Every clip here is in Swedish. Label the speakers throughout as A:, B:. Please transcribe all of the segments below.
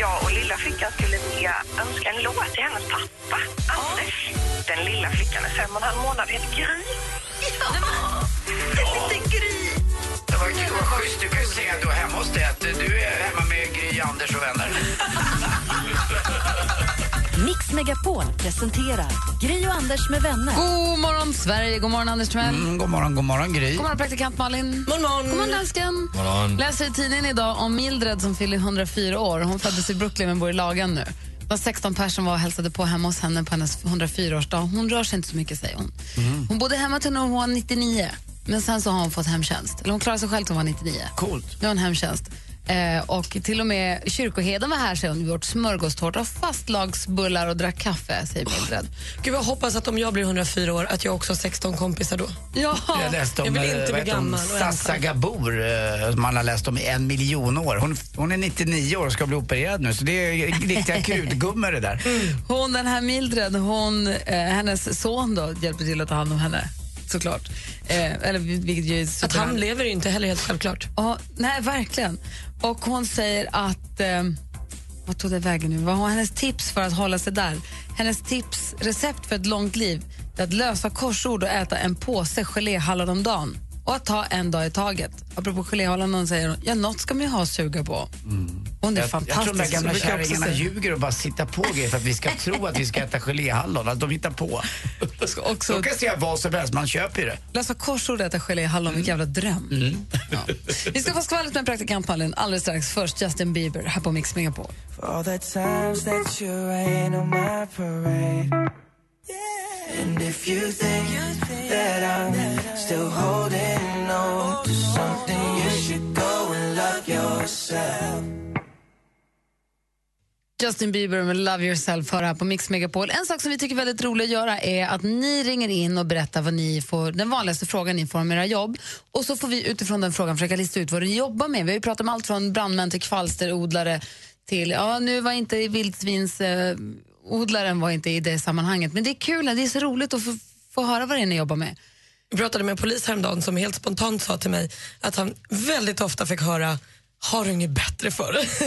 A: Jag och lilla flickan skulle vilja önska en låt till hennes pappa, Anders. Den lilla flickan är fem och en halv månad, heter Gry.
B: Det var kul, vad schysst. Du kan ju säga då hemma hos dig att du är hemma med Gry, Anders och vänner.
C: Mix Megapol presenterar Gry och Anders med vänner.
D: God morgon, Sverige. God morgon, Anders Timell.
B: Mm, god morgon, god morgon Gry.
D: God morgon, praktikant Malin. God morgon, god morgon dansken. Läser i tidningen idag om Mildred som fyller 104 år. Hon föddes i Brooklyn men bor i Lagan nu. Det var 16 personer som var och hälsade på hemma hos henne på hennes 104-årsdag. Hon rör sig inte så mycket, säger hon.
B: Mm.
D: Hon bodde hemma till när hon var 99, men sen så har hon fått hemtjänst. Eller hon klarade sig själv till hon var 99.
B: Coolt.
D: Nu har hon hemtjänst. Eh, och till och med kyrkoherden var här, säger hon. Vi åt smörgåstårta och fastlagsbullar och drack kaffe, säger Mildred.
E: Gud, jag hoppas att om jag blir 104 år att jag också har 16 kompisar då.
D: Ja.
B: Jag läste om,
E: Jag vill
B: eh,
E: inte
B: vad
E: bli
B: heter hon?
E: gammal och ensam.
B: Sassa Gabor, eh, som man har läst om i en miljon år. Hon, hon är 99 år och ska bli opererad nu, så det är ju riktiga krutgummor det där.
D: Mm. Hon, den här Mildred, hon, eh, hennes son då, hjälper till att ta hand om henne, såklart. Eh, eller, vil- vilket ju är
E: Att han
D: superhärligt.
E: lever är ju inte heller helt självklart.
D: Ja, nej, verkligen. Och hon säger att... Eh, vad tog det vägen nu? Vad har hennes tips för att hålla sig där? Hennes tips, recept för ett långt liv, är att lösa korsord och äta en påse geléhallon om dagen. Och att ta en dag i taget. Apropå geléhallon hon säger hon, ja, något ska man ju ha att suga på. Hon är
B: Mm. Jag, jag tror
D: fantastisk.
B: de där gamla
D: så brukar jag också
B: kärringarna
D: säga.
B: ljuger och bara sitter på grejer för att vi ska tro att vi ska äta geléhallon. Att de hittar på.
D: också-
B: De kan säga vad som helst, man köper ju det.
D: Lösa korsord, äta geléhallon, vilken jävla dröm. Ja. Vi ska få skvallret med praktikant Malin alldeles strax. Först Justin Bieber här på Mix Megapol.
F: All the times that you rain on my parade. And if you think that I'm still holding on to something, you should go and love yourself.
D: Justin Bieber med Love Yourself hör här på Mix Megapol. En sak som vi tycker är väldigt rolig att göra är att ni ringer in och berättar vad ni får, den vanligaste frågan ni får om era jobb. Och så får vi utifrån den frågan försöka lista ut vad ni jobbar med. Vi har ju pratat om allt från brandmän till kvalsterodlare till, ja nu var inte vildsvinsodlaren eh, odlaren var inte i det sammanhanget. Men det är kul, det är så roligt att få, få höra vad det är ni jobbar med.
E: Jag pratade med en polis häromdagen som helt spontant sa till mig att han väldigt ofta fick höra har du inget bättre för dig?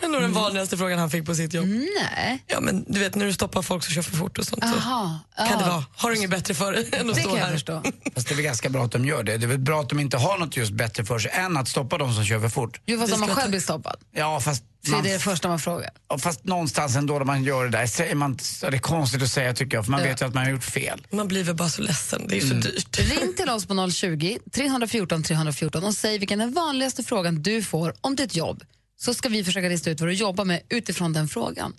E: det är nog
D: Mm.
E: den vanligaste frågan han fick på sitt jobb.
D: Nej.
E: Ja, men du vet när du stoppar folk som kör för fort och sånt så
D: Aha,
E: kan det
D: ja.
E: vara, har du inget bättre för dig än att
D: Det
E: stå
D: kan jag
E: här?
D: förstå.
B: Fast det är väl ganska bra att de gör det. Det är väl bra att de inte har något just bättre för sig än att stoppa de som kör för fort.
D: Jo, fast
E: Vi
D: om man
E: ska
D: själv
E: ta-
D: blir stoppad.
B: Ja, fast,
D: Så är
B: man,
D: det det första man frågar.
B: ja, fast någonstans ändå när man gör det där säger man, ja, det är konstigt att säga tycker jag, för man
D: Ja.
B: vet ju att man har gjort fel.
E: Man blir väl bara så ledsen, det är ju
D: Mm.
E: så dyrt.
D: Ring till oss på 020 314 314 och säg vilken den vanligaste frågan du får om ditt jobb. Så ska vi försöka lista ut vad du jobbar med utifrån den frågan.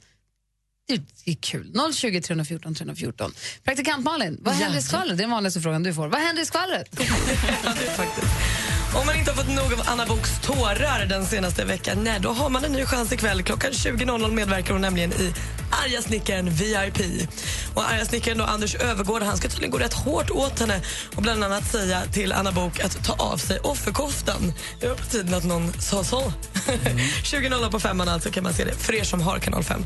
D: Det det är kul. 020 314 314. Praktikant Malin, vad händer i skvallret? Det är den vanligaste frågan du får. Vad händer i skvallret?
E: Ja, det är faktiskt. Om man inte har fått nog av Anna Boks tårar den senaste veckan, nej, då har man en ny chans ikväll. Klockan 20.00 medverkar hon nämligen i Arga snickaren VIP. Och arga snickaren då, Anders Övergård han ska tydligen gå rätt hårt åt henne och bland annat säga till Anna Bok att ta av sig offerkoftan. Det var på tiden att någon sa så. 20.00 på femman alltså kan man se det, för er som har kanal 5.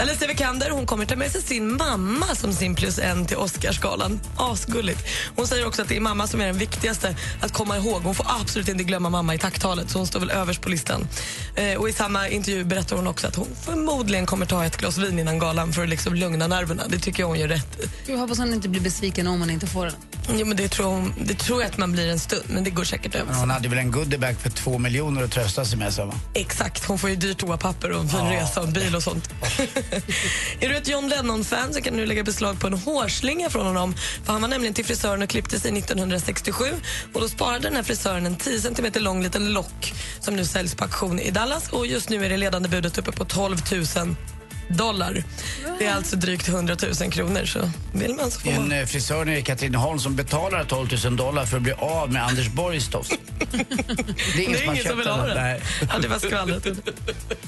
E: Alicia Vikander hon kommer ta med sig sin mamma som sin plus en till Oscarsgalan. Asgulligt. Hon säger också att det är mamma som är den viktigaste att komma ihåg. Hon får absolut inte glömma mamma i tacktalet så hon står väl överst på listan. Eh, och I samma intervju berättar hon också att hon förmodligen kommer ta ett glas vin innan galan för att liksom lugna nerverna. Det tycker jag hon gör rätt i.
D: Jag hoppas hon inte blir besviken om hon inte får den.
E: Jo, men det, tror hon, det tror jag att man blir en stund, men det går säkert över.
B: Men hon hade väl en goodiebag för två miljoner att trösta sig med, sa man.
E: Exakt, hon får ju dyrt toapapper och en fin resa och en bil och sånt. är du ett John Lennon-fan så kan du lägga beslag på en hårslinga från honom. För Han var nämligen till frisören och klippte sig 1967 och då sparade den här frisören en 10 cm lång liten lock som nu säljs på auktion i Dallas och just nu är det ledande budet uppe på 12 000 dollar. Det är alltså drygt 100 000 kronor. Så vill man så får
B: En
E: man.
B: eh, frisör nere i Katrineholm som betalar 12 000 dollar för att bli av med Anders Borgs tofs. Det är
E: Det är
B: har
E: ingen som
B: köpt
E: vill ha
B: den.
E: den.
B: Nej.
E: Ja, det var skvallret.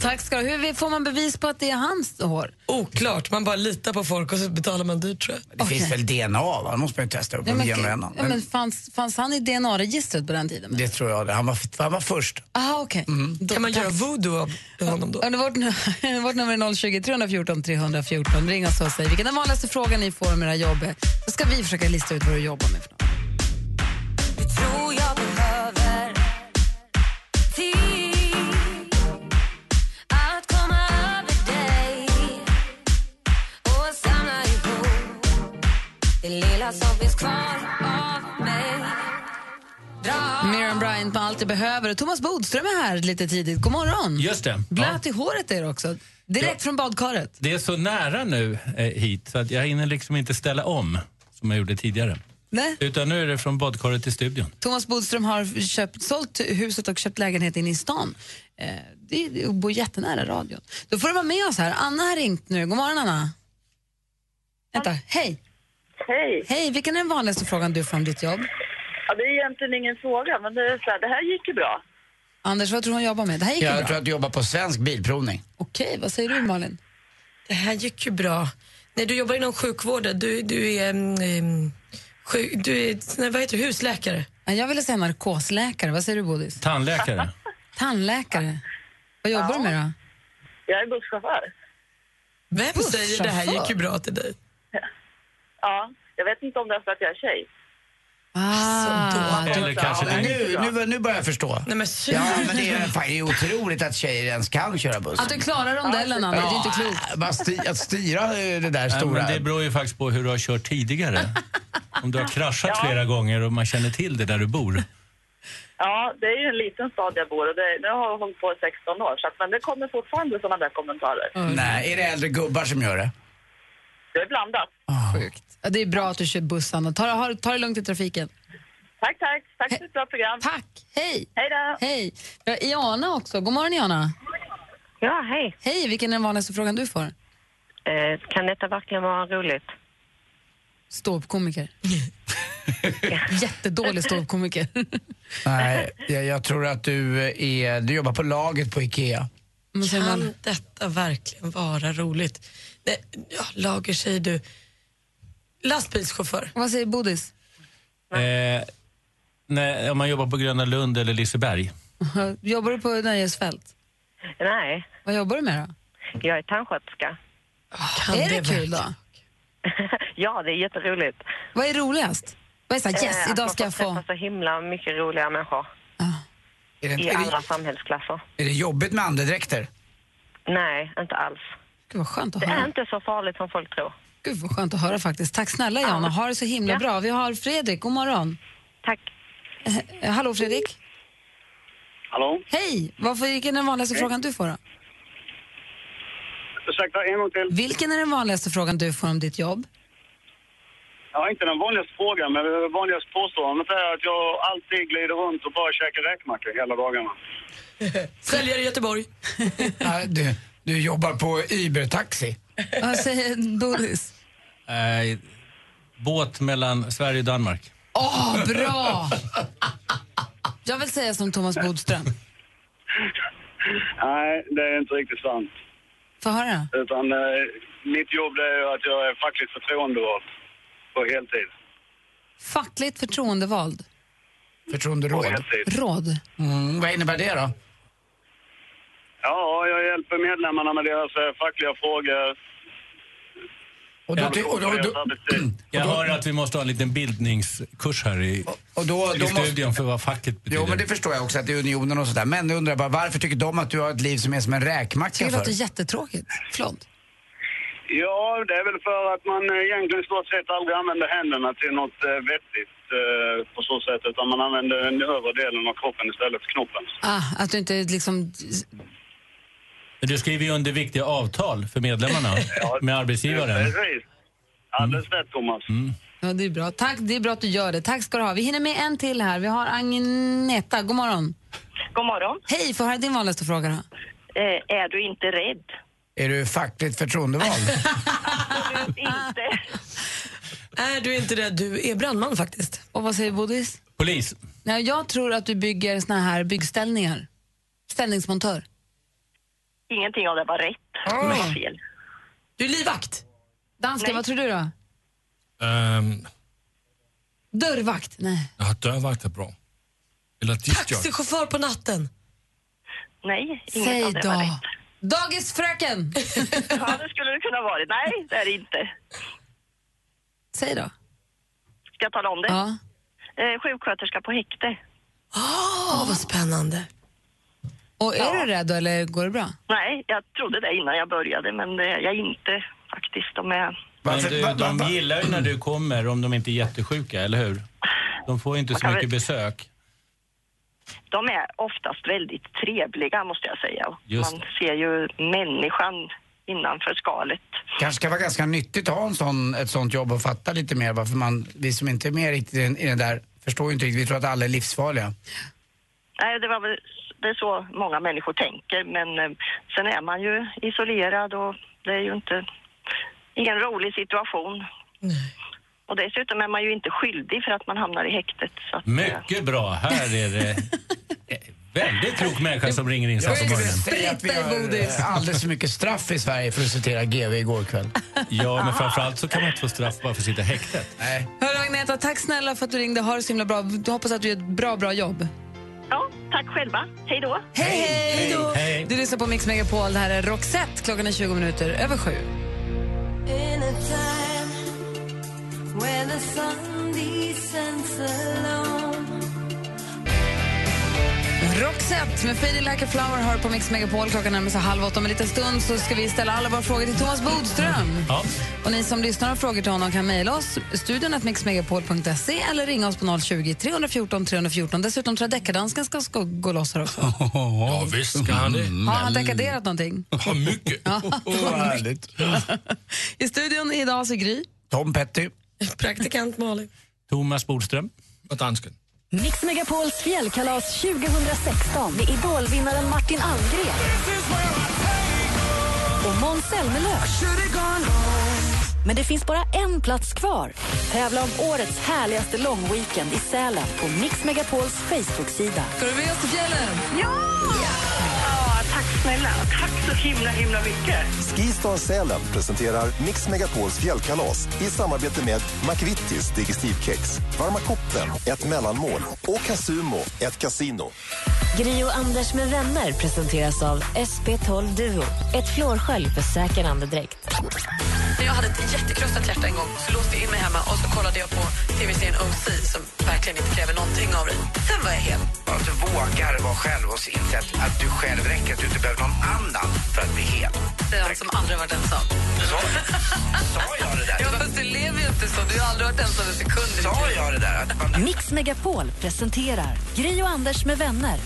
D: Tack ska du ha. Hur får man bevis på att det är hans hår?
E: Oklart. Man bara litar på folk och så betalar man dyrt tror jag.
B: Det finns
D: Okej.
B: väl DNA va? Det måste man ju testa upp
D: Ja, men,
B: genom rännan.
D: ja, men fanns, fanns han i DNA-registret på den tiden?
B: Det tror jag. det. Han var, han var först.
D: Aha, okej. Då-
E: Kan man
D: tack.
E: göra voodoo av honom då?
D: Ja, det Vårt, nu- vårt nummer är 020 314 314. Ring oss och säg vilken den vanligaste frågan ni får om era jobb är. Då ska vi försöka lista ut vad du jobbar med. För något.
C: Tror jag behöver tid att komma över dig och samla ihop det lilla som finns kvar av mig. Dra
D: Miriam Bryant på Allt jag behöver. Och Thomas Bodström är här lite tidigt. God morgon.
G: Just det. Ja.
D: Blöt i håret är det också. Direkt från badkaret.
G: Det är så nära nu eh, hit så att jag hinner liksom inte ställa om som jag gjorde tidigare.
D: Nej.
G: Utan nu är det från badkaret till studion.
D: Thomas Bodström har köpt, sålt huset och köpt lägenhet inne i stan. Eh, det det bor jättenära radion. Då får du vara med oss här. Anna har ringt nu. God morgon, Anna. Vänta, hej.
A: Hej.
D: Hej, vilken är den vanligaste frågan du får om ditt jobb?
A: Ja, det är egentligen ingen fråga, men det, är så här, det här gick ju bra.
D: Anders, vad tror du hon jobbar med? Det här gick ju bra.
B: Jag tror att du jobbar på Svensk Bilprovning.
D: Okej, vad säger du Malin?
E: Det här gick ju bra. Nej, du jobbar inom sjukvården. Du, du är... mm, mm, sjuk, du är nej, vad heter det? Husläkare.
D: Ja, Jag ville säga narkosläkare, vad säger du Bodis?
G: Tandläkare.
D: Tandläkare. Vad jobbar du med då?
A: Jag är busschaufför.
E: Vem säger det här gick ju bra till dig?
A: Ja, jag vet inte om det är för att jag är tjej.
D: Ah,
E: då.
G: Eller kanske
A: Ja,
G: det.
B: Nu, nu, nu börjar jag förstå.
E: Nej, men sy-
B: Ja, men det är, fan, det är otroligt att tjejer ens kan köra buss.
D: att du klarar rondellen Anna, det är inte klokt.
B: Ja, bara sti- att styra eh, det där
G: Nej,
B: stora.
G: men det beror ju faktiskt på hur du har kört tidigare. Om du har kraschat flera gånger och man känner till det där du bor.
A: Ja, det är ju en liten stad jag bor och det, nu har jag hållit på i 16 år, så att, men det kommer fortfarande sådana där kommentarer.
B: Nej, är det äldre gubbar som gör det?
A: Det är blandat.
D: Ja, det är bra att du kör buss Anna, ta, ha- ta det lugnt i trafiken.
A: Tack, tack. Tack för ett bra program.
D: Tack, hej.
A: Hej då.
D: Hej. Vi har Iana också, god morgon Iana.
A: Ja, hej.
D: Hej, vilken är den vanligaste frågan du får?
A: kan detta verkligen vara roligt?
D: Ståuppkomiker. Jättedålig ståuppkomiker.
B: Nej, jag, jag tror att du eh, är... Du jobbar på laget på Ikea.
D: Vad säger man?
E: Kan detta verkligen vara roligt? Nej, ja, lager säger du. Lastbilschaufför.
D: Vad säger Bodis?
G: Eh, nej, om man jobbar på Gröna Lund eller Liseberg.
D: Jobbar du på nöjesfält?
A: Nej,
D: Vad jobbar du med då?
A: jag är tandsköterska.
E: Kan
D: Ah, är det, kul
E: verkligen-
D: då?
A: ja, det är jätteroligt.
D: Vad är roligast? Vad är så här,
A: Eh,
D: yes,
A: att man
D: idag ska jag
A: får
D: få... Ah.
A: träffa så himla mycket roliga människor
B: Är det,
A: i
B: är
A: alla
B: det,
A: samhällsklasser.
B: är det jobbigt med andedräkter?
A: Nej, inte alls.
D: Gud vad skönt att
A: Det är
D: höra.
A: inte så farligt som folk tror.
D: Gud vad skönt att höra faktiskt. Tack snälla Jana, ha det så himla
A: Ja.
D: bra. Vi har Fredrik, god morgon.
A: Tack.
D: Eh, Hallå Fredrik.
H: Hallå?
D: Hej! Varför, vilken är den vanligaste frågan du får då?
H: Ursäkta, en gång till.
D: Vilken är den vanligaste frågan du får om ditt jobb?
H: Ja, inte den vanligaste frågan, men det vanligaste påståendet är att jag alltid glider runt och bara käkar räkmackor hela dagarna.
E: Säljare i Göteborg.
B: Nej, du, du jobbar på Uber-taxi.
D: Vad säger Bodis?
G: Eh, båt mellan Sverige och Danmark.
D: Åh, bra! Jag vill säga som Thomas Bodström.
H: Nej, det är inte riktigt sant.
D: Få höra.
H: Utan eh, mitt jobb det är ju att jag är fackligt förtroendevald på heltid.
D: Fackligt förtroendevald.
H: På
B: Förtroenderåd.
H: heltid.
D: Råd.
B: Mm, vad innebär det då?
H: Ja, jag hjälper medlemmarna med deras eh, fackliga frågor.
B: Och då, ty- och då, och
H: deras
B: då,
H: arbetstid.
G: Jag hör att vi måste ha en liten bildningskurs här i,
B: och då,
G: i
B: då måste...
G: studion för vad facket betyder.
B: Jo, men det förstår jag också att det är unionen och sådär. Men jag undrar bara, varför tycker de att du har ett liv som är som en räkmacka
D: Det
B: för?
D: låter jättetråkigt. Förlåt.
H: Ja, det är väl för att man eh, egentligen i stort sett aldrig använder händerna till något eh, vettigt eh, på så sätt. Utan man använder den övre delen av kroppen istället för knoppen.
D: Ah, att du inte liksom...
G: Men Du skriver ju under viktiga avtal för medlemmarna med arbetsgivaren.
H: Precis. Alldeles rätt, Thomas.
D: Ja, det är bra. Tack, det är bra att du gör det. Tack ska du ha. Vi hinner med en till här. Vi har Agneta. God morgon.
A: God morgon.
D: Hej, får höra din vanligaste fråga då.
A: Eh, är du inte rädd?
B: Är du fackligt förtroendevald?
E: Är du inte det? Du är brandman faktiskt.
D: Och vad säger Bodis?
I: Polis.
D: Nej, jag tror att du bygger såna här byggställningar. Ställningsmontör.
J: Ingenting av det var rätt. Det var fel.
E: Du är livvakt.
D: Danska, vad tror du då?
K: Ehm,
D: Dörrvakt? Nej.
K: ja, dörrvakt är bra. Eller diskjockey.
E: Taxichaufför på natten?
J: Nej, inget
D: Säg
J: av det
D: då.
J: var rätt.
D: Dagisfröken!
J: Ja, det skulle det kunna ha varit. Nej, det är det inte.
D: Säg då.
J: Ska jag tala om det?
D: Ja.
J: Eh, sjuksköterska på häkte.
E: Åh, vad spännande.
D: Och är du rädd då, eller går det bra?
J: Nej, jag trodde det innan jag började, men eh, jag är inte faktiskt. De är...
I: Men du, de gillar ju när du kommer om de inte är jättesjuka, eller hur? De får ju inte så
J: kan
I: mycket
J: väl-
I: besök.
J: De är oftast väldigt trevliga, måste jag säga. Och
I: Just
J: Man ser ju människan innanför skalet.
B: kanske kan vara ganska nyttigt att ha en sån, ett sånt jobb och fatta lite mer varför man, vi som inte är med riktigt i den- i den där, förstår ju inte riktigt. Vi tror att alla är livsfarliga.
J: Nej, det, var väl, det är så många människor tänker, men eh, sen är man ju isolerad och det är ju inte ingen rolig situation. Och dessutom är man ju inte skyldig för att man hamnar i häktet. Så att, eh,
I: Mycket bra. Här är det eh, väldigt klok människa som ringer in sig på morgonen.
B: Säg Alltså, att vi har eh, alldeles för mycket straff i Sverige för att citera GV igår kväll.
K: Ja, men framförallt så kan man inte få straff bara för att sitta i häktet.
B: Nej.
D: Hörru Agneta, tack snälla för att du ringde. Ha det så himla bra. Du hoppas att du gör ett bra, bra jobb.
J: ja, tack själva. Hej då!
D: Hej, hej då!
I: Hej.
D: Du lyssnar på Mix Megapol. Det här är Roxette. Klockan är 20 minuter över sju. Roxette med Faded Like a Flower har på Mix Megapol. Klockan närmar sig halv åtta. Om en liten stund så ska vi ställa alla våra frågor till Thomas Bodström.
I: Ja.
D: Och ni som lyssnar har frågor till honom kan mejla oss studion att mixmegapol.se eller ringa oss på 020 314 314. Dessutom tror jag deckardansken ska, ska gå loss här också.
K: Ja, visst ska han det.
D: Har han dekaderat någonting?
K: Ja, mycket.
B: Vad härligt.
D: I studion idag så är Gry.
B: Tom Petty.
E: Praktikant Malin.
I: Thomas Bodström.
K: Och dansken.
C: Mix Megapols fjällkalas 2016 med idolvinnaren Martin Almgren. Och Måns Zelmerlöw. Men det finns bara en plats kvar. Tävla om årets härligaste långweekend i Sälen på Mix Megapols Facebook-sida.
D: Ska du med oss till fjällen?
J: Ja, tack snälla. Tack så himla, himla mycket.
L: Skistar Sälen presenterar Mix Megapols fjällkalas i samarbete med McVittys Digestivkex, Varma koppen, ett mellanmål och Casumo, ett kasino.
C: Gri och Anders med vänner presenteras av SP12 Duo. Ett flårskölj för säker andedräkt.
M: När jag hade ett jättekrossat hjärta en gång så låste jag in mig hemma och så kollade jag på tv-serien OC som verkligen inte kräver någonting av dig. Sen var jag hel.
B: Att du vågar vara själv och inse att, att du själv räcker, att du inte behöver någon annan för att bli hel.
M: Det är allt som aldrig varit ensam.
B: Sa, sa jag det där?
M: Ja, fast du lever ju inte så. Du har aldrig varit ensam en sekund. Sa
B: jag det där?
C: Mix Megapol presenterar Gri och Anders med vänner.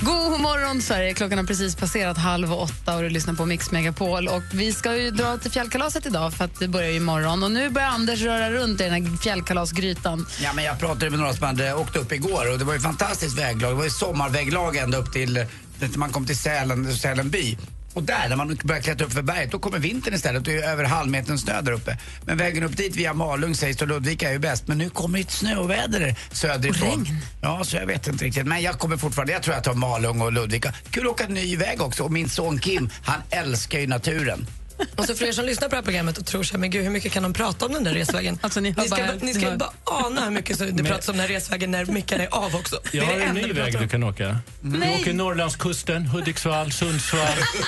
D: God morgon, Sverige. Klockan har precis passerat halv åtta och du lyssnar på Mix Megapol. Och vi ska ju dra till fjällkalaset idag för att det börjar ju imorgon. Och nu börjar Anders röra runt i den här fjällkalasgrytan.
B: Ja, men jag pratade med några som hade åkt upp igår och det var ju fantastiskt väglag. Det var ju sommarväglag ända upp till, till man kom till Sälen, Sälen by. Och där, när man börjar klättra upp för berget, då kommer vintern istället. och Det är över halvmetern snö där uppe. Men vägen upp dit via Malung sägs det, och Ludvika är ju bäst. Men nu kommer ett snöoväder söderifrån. Och regn. Ja, så jag vet inte riktigt. Men jag kommer fortfarande, jag tror jag tar Malung och Ludvika. Kul att åka en ny väg också. Och min son Kim, han älskar ju naturen.
E: Och så Alltså, för er som lyssnar på det här programmet och tror sig, men gud hur mycket kan de prata om den där resvägen?
D: Alltså, ni har
E: ska,
D: bara-
E: bara, ni ska ju bara ana hur mycket som det
I: Men-
E: pratas om den här resvägen när mickarna är av också.
I: Jag
E: det är
I: har
E: det
I: en ny
E: enda vi pratar
I: väg
E: om.
I: du kan åka.
E: Nej.
I: Du åker Norrlandskusten, Hudiksvall, Sundsvall,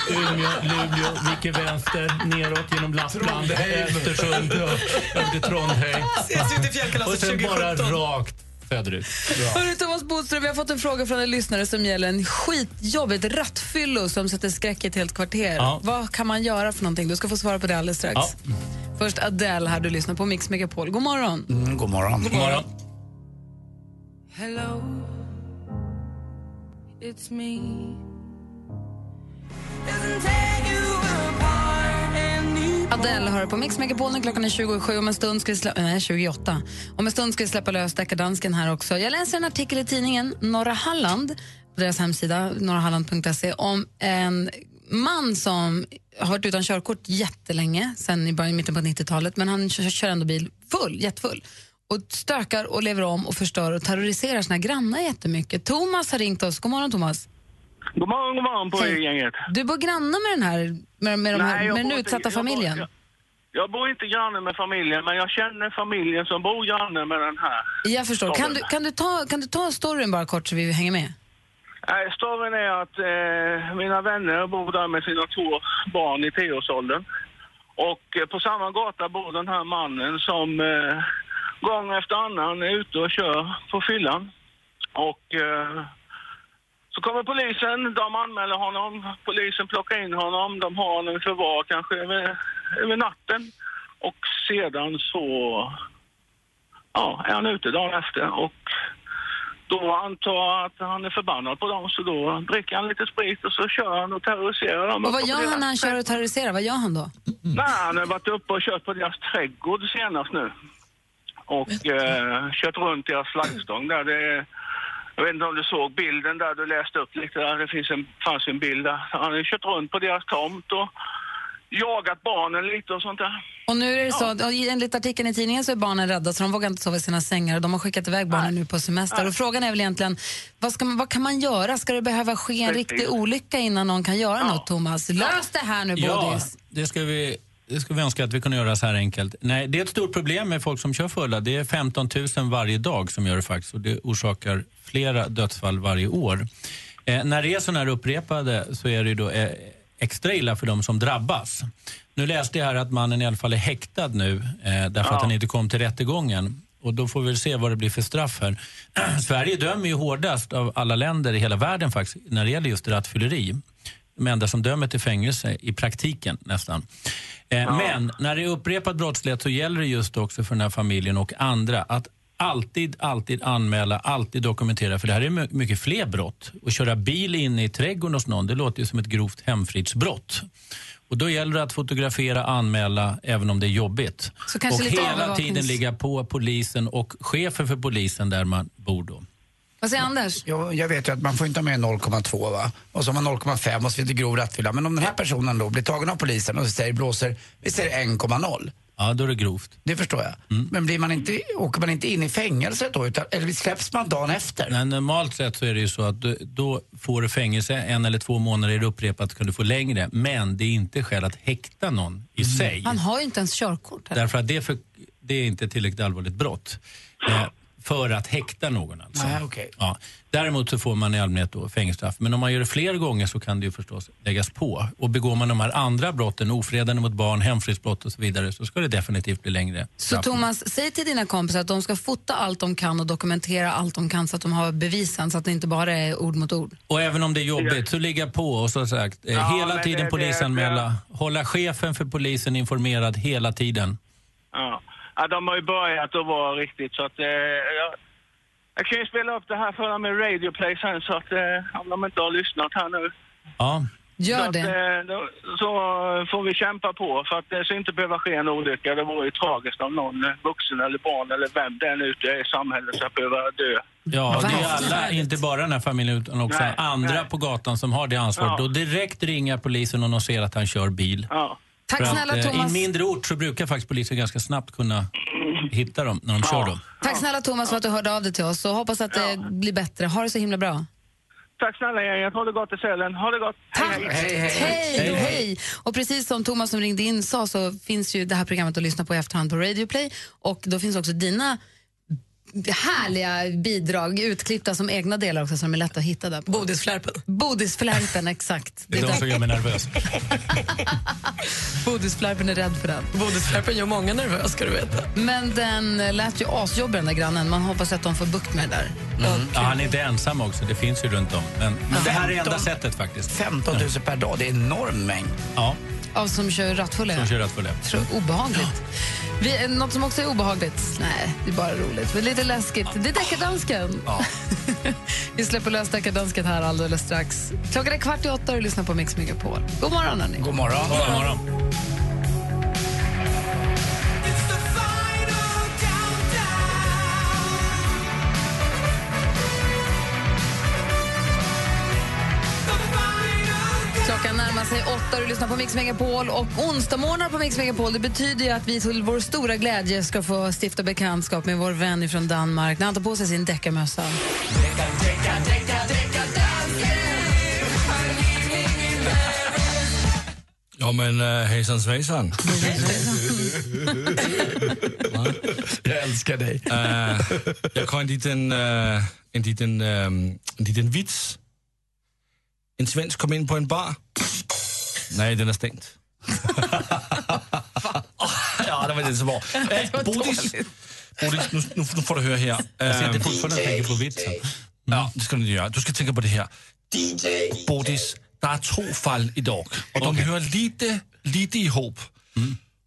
I: Umeå, Luleå, viker vänster, neråt genom Lappland,
K: Trondheim.
I: Östersund, över till Trondheim.
E: Ses ute i fjällkalaset
I: Och sen bara
E: 2017.
I: rakt söderut.
D: Hörru, Thomas Bodström, vi har fått en fråga från en lyssnare som gäller en skitjobbigt rattfyllo som sätter skräck i ett helt kvarter.
I: Ja.
D: Vad kan man göra för någonting? Du ska få svara på det alldeles strax. Först Adele här, du lyssnar på Mix Megapol. God morgon.
B: Mm, god morgon.
I: God morgon.
N: Hello, it's me.
D: Adele hör på Mix Megapol när klockan är 27 om en stund ska vi släppa, nej, 28. Om en stund ska vi släppa lös deckardansken här också. Jag läser en artikel i tidningen Norra Halland på deras hemsida norrahalland.se om en man som har varit utan körkort jättelänge, sen i början, mitten på 90-talet, men han kör, kör ändå bil full, jättefull och stökar och lever om och förstör och terroriserar sina grannar jättemycket. Thomas har ringt oss. God morgon, Thomas.
J: God morgon, god morgon på er gänget.
D: Du bor granne med den här, med, med, de
J: Nej,
D: här,
J: jag
D: med den
J: bor inte-
D: utsatta
J: jag bor-
D: familjen?
J: jag- Jag bor inte granne med familjen, men jag känner familjen som bor granne med den här.
D: Jag förstår. Kan du, kan, du ta, kan du ta storyn bara kort så vi hänger med?
J: Nej, storyn är att eh, mina vänner bor där med sina två barn i tioårsåldern. Och eh, på samma gata bor den här mannen som eh, gång efter annan är ute och kör på fyllan. Och eh, så kommer polisen, de anmäler honom, polisen plockar in honom, de har honom i förvar kanske över, över natten. Och sedan så ja, är han ute dagen efter och då antar jag att han är förbannad på dem så då dricker han lite sprit och så kör han och terroriserar dem.
D: Och
J: uppe
D: vad
J: på
D: gör han
J: deras-
D: när han kör och terroriserar? Vad gör han då?
J: Nej, han har varit uppe och kört på deras trädgård senast nu. Och eh, kört runt deras flaggstång där. Det, är- jag vet inte om du såg bilden där du läste upp lite. Där. Det finns en, fanns en bild där. Han har kört runt på deras tomt och jagat barnen lite och sånt där.
D: Och nu är det så, och i- enligt artikeln i tidningen så är barnen rädda så de vågar inte sova i sina sängar och de har skickat iväg barnen nu på semester. Och frågan är väl egentligen, vad, ska man, vad kan man göra? Ska det behöva ske en
O: Precis.
D: riktig olycka innan någon kan göra något, Thomas? Lös det här nu,
O: Ja,
D: Bodis!
O: det ska vi... Det skulle vi önska att vi kunde göra så här enkelt. Nej, det är ett stort problem med folk som kör fulla. Det är 15 000 varje dag som gör det faktiskt och det orsakar flera dödsfall varje år. Eh, när det är sådana här upprepade så är det ju då eh, extra illa för de som drabbas. Nu läste jag här att mannen i alla fall är häktad nu eh, därför att han inte kom till rättegången. Och då får vi väl se vad det blir för straff här. Sverige dömer ju hårdast av alla länder i hela världen faktiskt när det gäller just rattfylleri. De enda som dömer till fängelse i praktiken nästan. Eh, Men när det är upprepad brottslighet så gäller det just också för den här familjen och andra att alltid, alltid anmäla, alltid dokumentera. För det här är my- mycket fler brott. Att köra bil inne i trädgården hos någon, det låter ju som ett grovt hemfridsbrott. Och då gäller det att fotografera, anmäla, även om det är jobbigt.
D: Så kanske
O: och
D: lite
O: hela
D: övervaknings-
O: tiden ligga på polisen och chefen för polisen där man bor då.
D: Vad säger Anders?
B: Jag, jag vet ju att man får inte ha med 0,2 va? Och så har man 0,5 och så finns det grov rattfylla. Men om den här personen då blir tagen av polisen och så säger blåser, vi säger 1,0.
O: Ja, då är det grovt.
B: Det förstår jag.
O: Mm.
B: Men blir man inte, åker man inte in i fängelset då? Utan, eller släpps man dagen efter?
O: Nej, normalt sett så är det ju så att du, då får du fängelse, en eller två månader är det upprepat kan du få längre. Men det är inte skäl att häkta någon i sig.
D: Han har ju inte ens körkort. Här.
O: Därför att det är, för, det är inte tillräckligt allvarligt brott. Eh, för att häkta någon alltså.
B: Nej, okej.
O: Ja. Däremot så får man i allmänhet då fängelsestraff. Men om man gör det fler gånger så kan det ju förstås läggas på. Och begår man de här andra brotten, ofredande mot barn, hemfridsbrott och så vidare, så ska det definitivt bli längre
D: Så
O: straff.
D: Thomas, säg till dina kompisar att de ska fota allt de kan och dokumentera allt de kan så att de har bevisen, så att det inte bara är ord mot ord.
O: Och även om det är jobbigt, så ligga på och som sagt, eh,
J: Ja,
O: hela
J: men
O: tiden
J: det- det-
O: polisanmäla. Hålla chefen för polisen informerad hela tiden.
J: Ja. ja, de har ju börjat att vara riktigt så att... Eh, jag, jag kan ju spela upp det här för dem i Radio Play sen så att eh, om de inte har lyssnat här nu.
O: Ja.
J: Gör så det. Att, eh, då, så får vi kämpa på för att det ska inte behöva ske en olycka. Det vore ju tragiskt om någon eh, vuxen eller barn eller vem det än är ute i samhället ska behöva dö.
O: Ja, det är alla, inte bara den här familjen utan också
J: Nej,
O: andra
J: nej.
O: på gatan som har det ansvaret.
J: Ja.
O: Då direkt ringa polisen om de ser att han kör bil.
J: Ja.
D: Tack
O: För
D: snälla,
O: att, eh,
D: Thomas.
O: I en mindre ort så brukar faktiskt polisen ganska snabbt kunna hitta dem när de kör dem.
D: Tack snälla Thomas för att du hörde av dig till oss och hoppas att det blir bättre. Ha det så himla bra.
J: Tack snälla gänget. Ha det gott i Sälen. Ha det gott. Tack.
D: Hej, hej, hej! Och precis som Thomas som ringde in sa så finns ju det här programmet att lyssna på i efterhand på Radio Play och då finns också dina härliga bidrag utklippta som egna delar också som är lätta att hitta där.
E: Bodisflärpen.
D: Bodisflärpen, exakt.
O: Det är de
D: där-
O: som gör mig nervös.
D: Bodisflärpen är rädd för den.
E: Bodisflärpen gör många nervösa ska du veta.
D: Men den eh, lät ju asjobbig den där grannen. Man hoppas att de får bukt med det där.
O: Mm. Ja, han är inte ensam också, det finns ju runt om. Men, men det här är enda sättet faktiskt.
B: 15 000 per dag, det är en enorm mängd.
O: Ja,
D: Av som kör rattfulla. ja.
O: som kör rattfulla.
D: Så obehagligt. Vi, eh, något som också är obehagligt? Nej, det är bara roligt. Men lite läskigt. Det är deckardansken. Vi släpper lös deckardansken här alldeles strax. Klockan är kvart i åtta och du lyssnar på Mix Megapol. God morgon, hörni.
B: God morgon.
O: God morgon.
D: Klockan närmar sig du lyssnar på Mix Megapol och onsdagmorgnar på Mix Megapol det betyder ju att vi till vår stora glädje ska få stifta bekantskap med vår vän från Danmark när han tar på sig sin deckarmössa.
M: Ja men uh, hejsan svejsan.
B: Jag älskar dig.
M: Eh, jag har en liten, eh, en, liten, ehm, en liten vits. En svensk kom in på en bar. Nej, den är stängd. ja, det var inte så bra. Eh, Bodis, Bodis nu, nu, nu får du höra här.
O: Jag sitter
M: Ehm,
O: fortfarande och tänker på vitsen.
M: Ja, Mm, det ska du inte göra. Du ska tänka på det här. Bodis, det är två fall idag och de hör lite, lite ihop.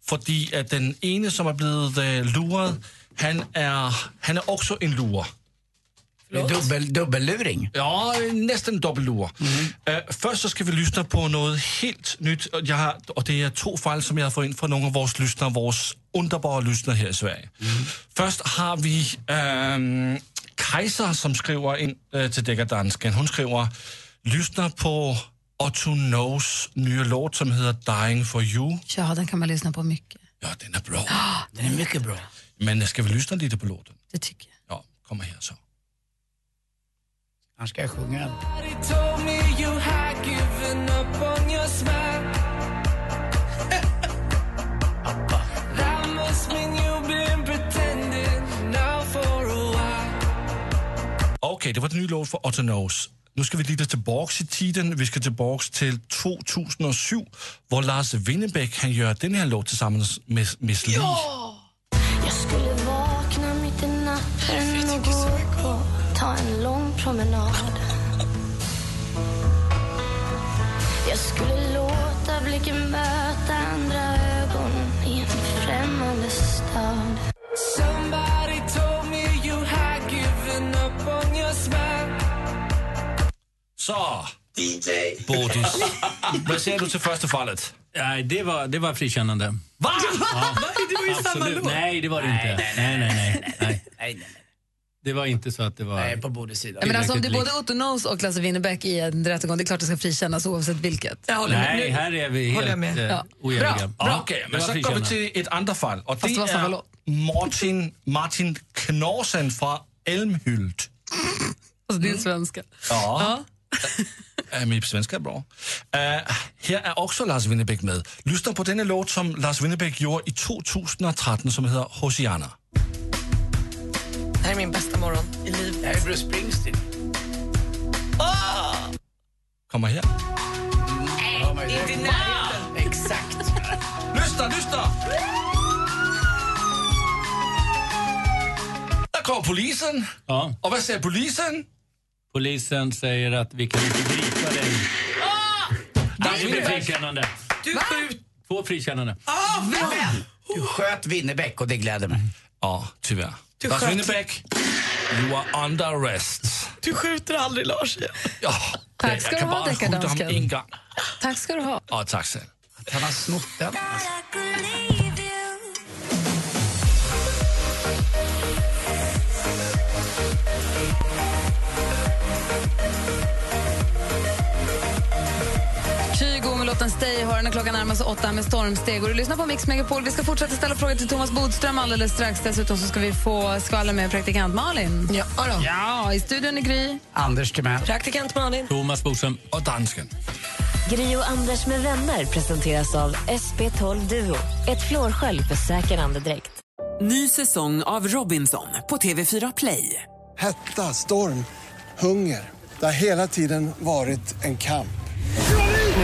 M: Fordi att den ene som är blivit eh, lurad, han är, han är också en lur.
B: Dubbel, dubbelluring?
M: Ja, øh, nästan dubbellur. Eh, först så ska vi lyssna på något helt nytt. Och Jag har, och det är två fall som jag har fått in från några av våra lyssnare, våra underbara lyssnare här i Sverige. Först har vi ehm, Kaiser som skriver in eh, till Deckardansken. Hon skriver, lyssna på Otto Knows nya låt som heter Dying for you.
D: Ja, den kan man lyssna på mycket.
M: Den är bra. Den är mycket bra. Men ska vi lyssna lite på låten?
D: Det tycker
M: jag. Ja, kommer här så.
B: Han ska sjunga.
F: told me you had given up on your smile. that must mean you've been pretending now for a while.
M: Okej, det var den nye låt for Otto Knows. Nu skal vi lige tilbage i tiden. Vi skal tilbage til 2007, hvor Lars Winnerbäck han gør den her låt sammen med Miss Li.
P: Jag skulle vakna mitt i natten och gå och ta en lång promenad. Jag skulle låta blicken möta andra ögon i en främmande stad.
F: Somebody told me you had given up on your smile.
M: Så, DJ. Bodis. Hvad siger du til første fallet?
O: Nej, det var, det var frikännande.
M: Va?
B: Det var ju samma
O: Absolut.
B: låt.
O: Nej, det var det inte. Nej, nej, nej. nej. Det var inte så att det var... Nej,
B: på båda sidor.
D: Ja, men alltså, om det är
O: Tillräckligt
D: både Otto Knows och Lasse Winnerbäck i en rättegång, det är klart det ska frikännas oavsett vilket.
O: Nej, här är vi
D: Håller jag
O: helt
D: med.
O: eh,
D: Ja.
O: oeniga.
D: Bra, bra.
M: Okej, men så går vi till ett annat fall. Och
D: Fast
M: det
D: det var samma
M: är
D: låt.
M: Martin, Martin Knorsen från Elmhult.
D: Alltså, det är svenska.
M: Ja. ja. Min svenska är bra. Eh, här är också Lars Winnerbäck med. Lyssna på denna låt som Lars Winnerbäck gjorde i 2013 som heter Hosianna.
E: Det här är min bästa morgon i livet.
B: Det här är Bruce Springsteen.
M: Kommer här.
B: Nej, inte i närheten. Exakt.
M: Lyssna, lyssna! Där kommer polisen.
O: Ja.
M: Och vad säger polisen?
O: Polisen säger att vi kan inte gripa dig. Nej, det blir frikännande.
E: Du skjuter...
O: Två frikännande.
B: Du sköt Winnerbäck och det gläder mig.
M: Ja, tyvärr.
B: Du
M: Lars
B: sköt-
M: Winnerbäck, you are under arrest.
E: Du skjuter aldrig Lars igen.
M: Ja,
D: Tack ska
M: jag
D: du
M: kan
D: ha,
M: bara skjuta honom
D: deckardansken.
M: en gång.
D: Tack ska du ha.
M: Ja, tack sen.
B: Han har snott
D: Mm.
B: den.
D: Kygo med låten Stay har den och klockan närmar sig åtta med stormsteg. Och du lyssnar på Mix Megapol. Vi ska fortsätta ställa frågor till Thomas Bodström alldeles strax. Dessutom så ska vi få skvaller med praktikant Malin. Ja, då. ja i studion är Gry.
B: Anders Timell.
E: Praktikant Malin.
O: Thomas Bodström.
M: Och dansken.
C: Gri och Anders med vänner presenteras av SP12 Duo. Ett flårskölj för säker andedräkt.
Q: Ny säsong av Robinson på TV4 Play.
R: Hetta, storm, hunger. Det har hela tiden varit en kamp.
Q: Nu